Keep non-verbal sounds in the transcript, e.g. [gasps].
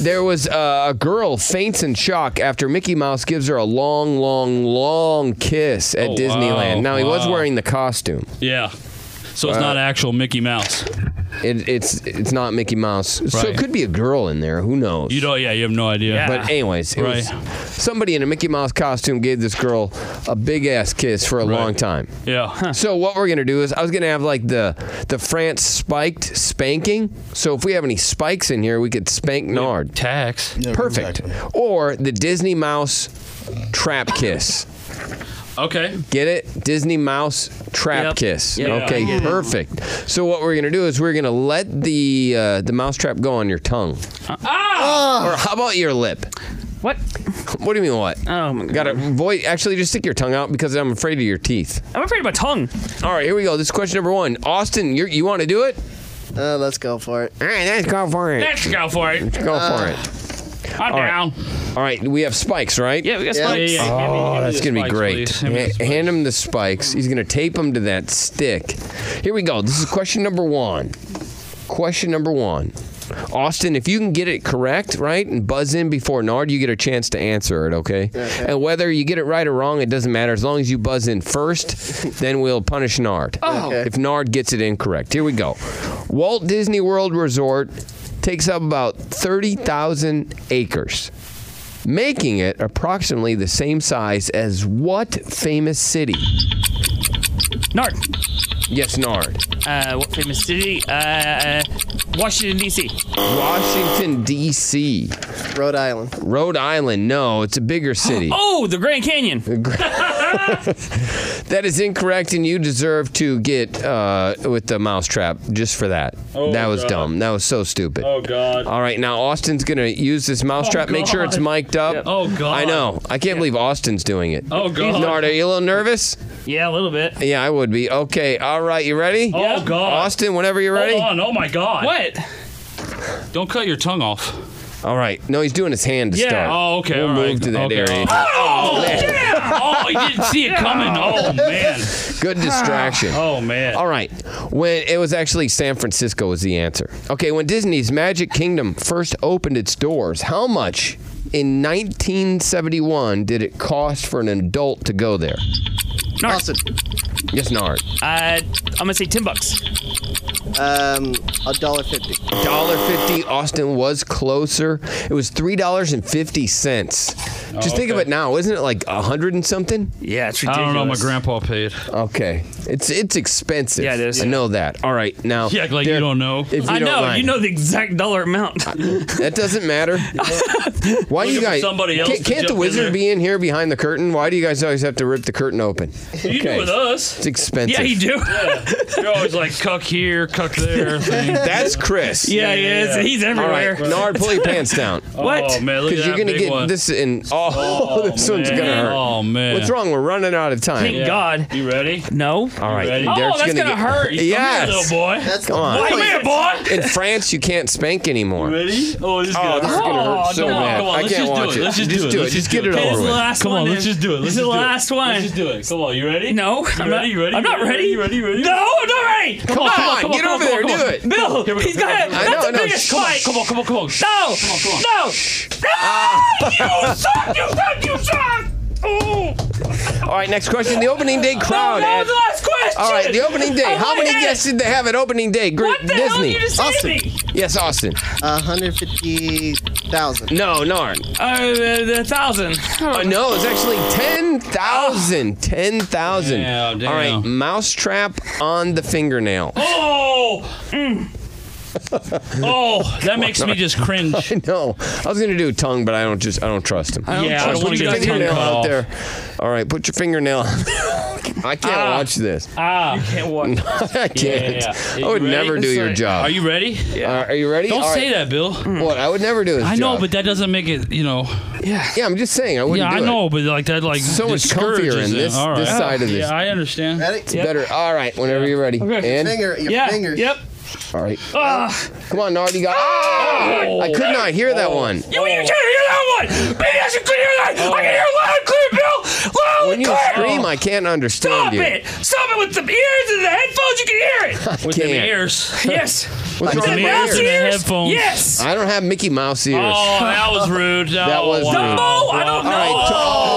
there was uh, a girl faints in shock after Mickey Mouse gives her a long, long, long kiss at Oh, Disneyland. wow, now he was wow. wearing the costume. Yeah. So Uh, it's not actual Mickey Mouse. It, it's it's not Mickey Mouse, so it Right. could be a girl in there. Who knows? You don't. Yeah, you have no idea. But anyways, it was, Right. somebody in a Mickey Mouse costume gave this girl a big ass kiss for a long time. yeah. Huh. So what we're gonna do is I was gonna have like the the France spiked spanking. So if we have any spikes in here, we could spank Nard. Tax. Perfect. Or the Disney Mouse trap kiss. Okay. Get it? Disney Mouse Trap Yep. Kiss. Yeah, I okay, get it. perfect. So what we're gonna do is we're gonna let the uh, the mouse trap go on your tongue. Ah! Or how about your lip? What? What do you mean what? Uh, Oh my god. Got to void. Actually, just stick your tongue out because I'm afraid of your teeth. I'm afraid of my tongue. All right, here we go. This is question number one. Austin, you're, you want to do it? Uh, let's go for it. All right, let's go for it. Let's go for it. Go for it. I'm down. All right, we have spikes, right? Yeah, we got Yeah. spikes. Yeah, yeah, yeah. Give me- give Oh, me that's the gonna be spikes, great. please. Give me the Ha- hand him the spikes. He's gonna tape him to that stick. Here we go. This is question number one. Question number one. Austin, if you can get it correct, right, and buzz in before Nard, you get a chance to answer it, okay? And whether you get it right or wrong, it doesn't matter. As long as you buzz in first, then we'll punish Nard. Okay. If Nard gets it incorrect. Here we go. Walt Disney World Resort takes up about 30,000 acres making it approximately the same size as what famous city? Nard. Yes, Nard. Uh, what famous city? Uh, uh, Washington D.C. Washington, D.C. Rhode Island. Rhode Island, no, it's a [gasps] bigger city. Oh, the Grand Canyon. That is incorrect, and you deserve to get uh, with the mousetrap just for that. that was Oh, God. dumb. That was so stupid. Oh, God. All right, now Austin's going to use this mousetrap. Make sure it's God. mic'd up. Oh, God. I know. I can't believe Austin's doing it. Oh, God. Nard, are you a little nervous? Yeah, a little bit. Yeah, I would be. Okay, all right, you ready? Oh, Yeah. God. Austin, whenever you're ready. Hold on. Oh, my God. What? Don't cut your tongue off. All right. No, he's doing his hand to Yeah. start. Oh, okay. We'll all move right. to that okay. area. Oh, yeah. Oh, you didn't see it [laughs] coming. Oh, man. Good distraction. Oh, man. All right. When it was actually San Francisco was the answer. Okay, when Disney's Magic Kingdom first opened its doors, how much in 1971 did it cost for an adult to go there? Nard. Austin. Yes, Nard. Uh, I'm gonna say ten bucks. Um, a dollar fifty. $1.50. Austin was closer. It was $3.50. Just think of Oh, okay. it now. Isn't it like a hundred and something? Yeah, it's I don't ridiculous. know. My grandpa paid. Okay. It's it's expensive. Yeah, it is. I know that. All right. Now Yeah, like you there- don't know. If you I don't know. mind. You know the exact dollar [laughs] amount. That doesn't [laughs] matter. Why do you Looking for guys? somebody else can't to can't the jump in wizard there. be in here behind the curtain? Why do you guys always have to rip the curtain open? You do Okay. with us. It's expensive. yeah, [laughs] you do. You're always like cuck here, cuck there. Thing. That's Chris. Yeah, he is. yeah. He's All everywhere. right, Nard, pull your pants down. What? [laughs] Oh man, look at Because you're that gonna big get one. this in. Oh, Oh, [laughs] this one's man. gonna hurt. Oh man, What's wrong? We're running out of time. Thank God. You ready? No. All right, ready? Oh, there's that's gonna get- hurt. Yes. Come here, little boy. That's Come on. Come here, boy. In France, you can't spank anymore. Ready? Oh, this is Oh, gonna this is hurt. gonna hurt Oh, so no. bad. Come on, I let's can't just do watch it. Let's just do it. do it. Let's Just just get do it it. Okay, this over is the with. last Come one. on, dude. let's just do it. Let's this is just the do it. last one. Let's just do it. Come on, you ready? No, You I'm not ready? You ready? I'm not You ready. You ready? You ready? No, I'm not ready. Come on, come on, get over there, do it. Bill, Here we go, he's here we got go. I That's know, I the know. biggest Shh. fight. Come on, come on, come on. Shh. No, Come on, come on. no. Ah. No, you suck. You suck. You suck. Oh, All right, next question. The opening day no, crowd. that Ed. was the last question. Oh, All right, the opening day. Oh, How my many head. guests did they have at opening day? Great What the Disney. hell did you just say to me? Yes, Austin. A hundred fifty thousand. No, Narn. Uh, the, the thousand. Uh, no, it's actually 10,000. 10,000. Ah. Yeah, damn. All right, mousetrap on the fingernail. Oh, Oh, that makes me [laughs] just cringe. No, [laughs] I was gonna do a tongue, but I don't just I don't trust him. don't Yeah, I trust don't put wanna your get his fingernail tongue cut out off. there. All right, put your fingernail. [laughs] I can't Ah. watch this. [laughs] Ah, you can't watch. I can't. I would never do your job. Are you ready? Uh, are you ready? Don't All say right. Mm, that, Bill. What? I would never do this. I know, job. but that doesn't make it. You know. yeah, I'm just saying I wouldn't. yeah, I do it. know, but like that, like So much discourages comfier in it. this- All right. this side of this. Yeah, I understand. Ready? It's better. All right, whenever you're ready. Okay. And Finger, your Yeah. fingers. Yep. all right. Come on, Nard, you got. Oh! Ah! I could not hear that one. You, you can't hear that one! Maybe I should hear that! I can hear it loud and clear, Bill! Loud Oh. When and you clear! scream, I can't understand Stop you. it! Stop it with the ears and the headphones, you can hear [laughs] it! With the Can't. [laughs] ears. Yes. What's With wrong the with my mouse ears? The ears? headphones. Yes! I don't have Mickey Mouse ears. Oh, that was rude. That was wow. rude. No, I don't All right, know. t- oh,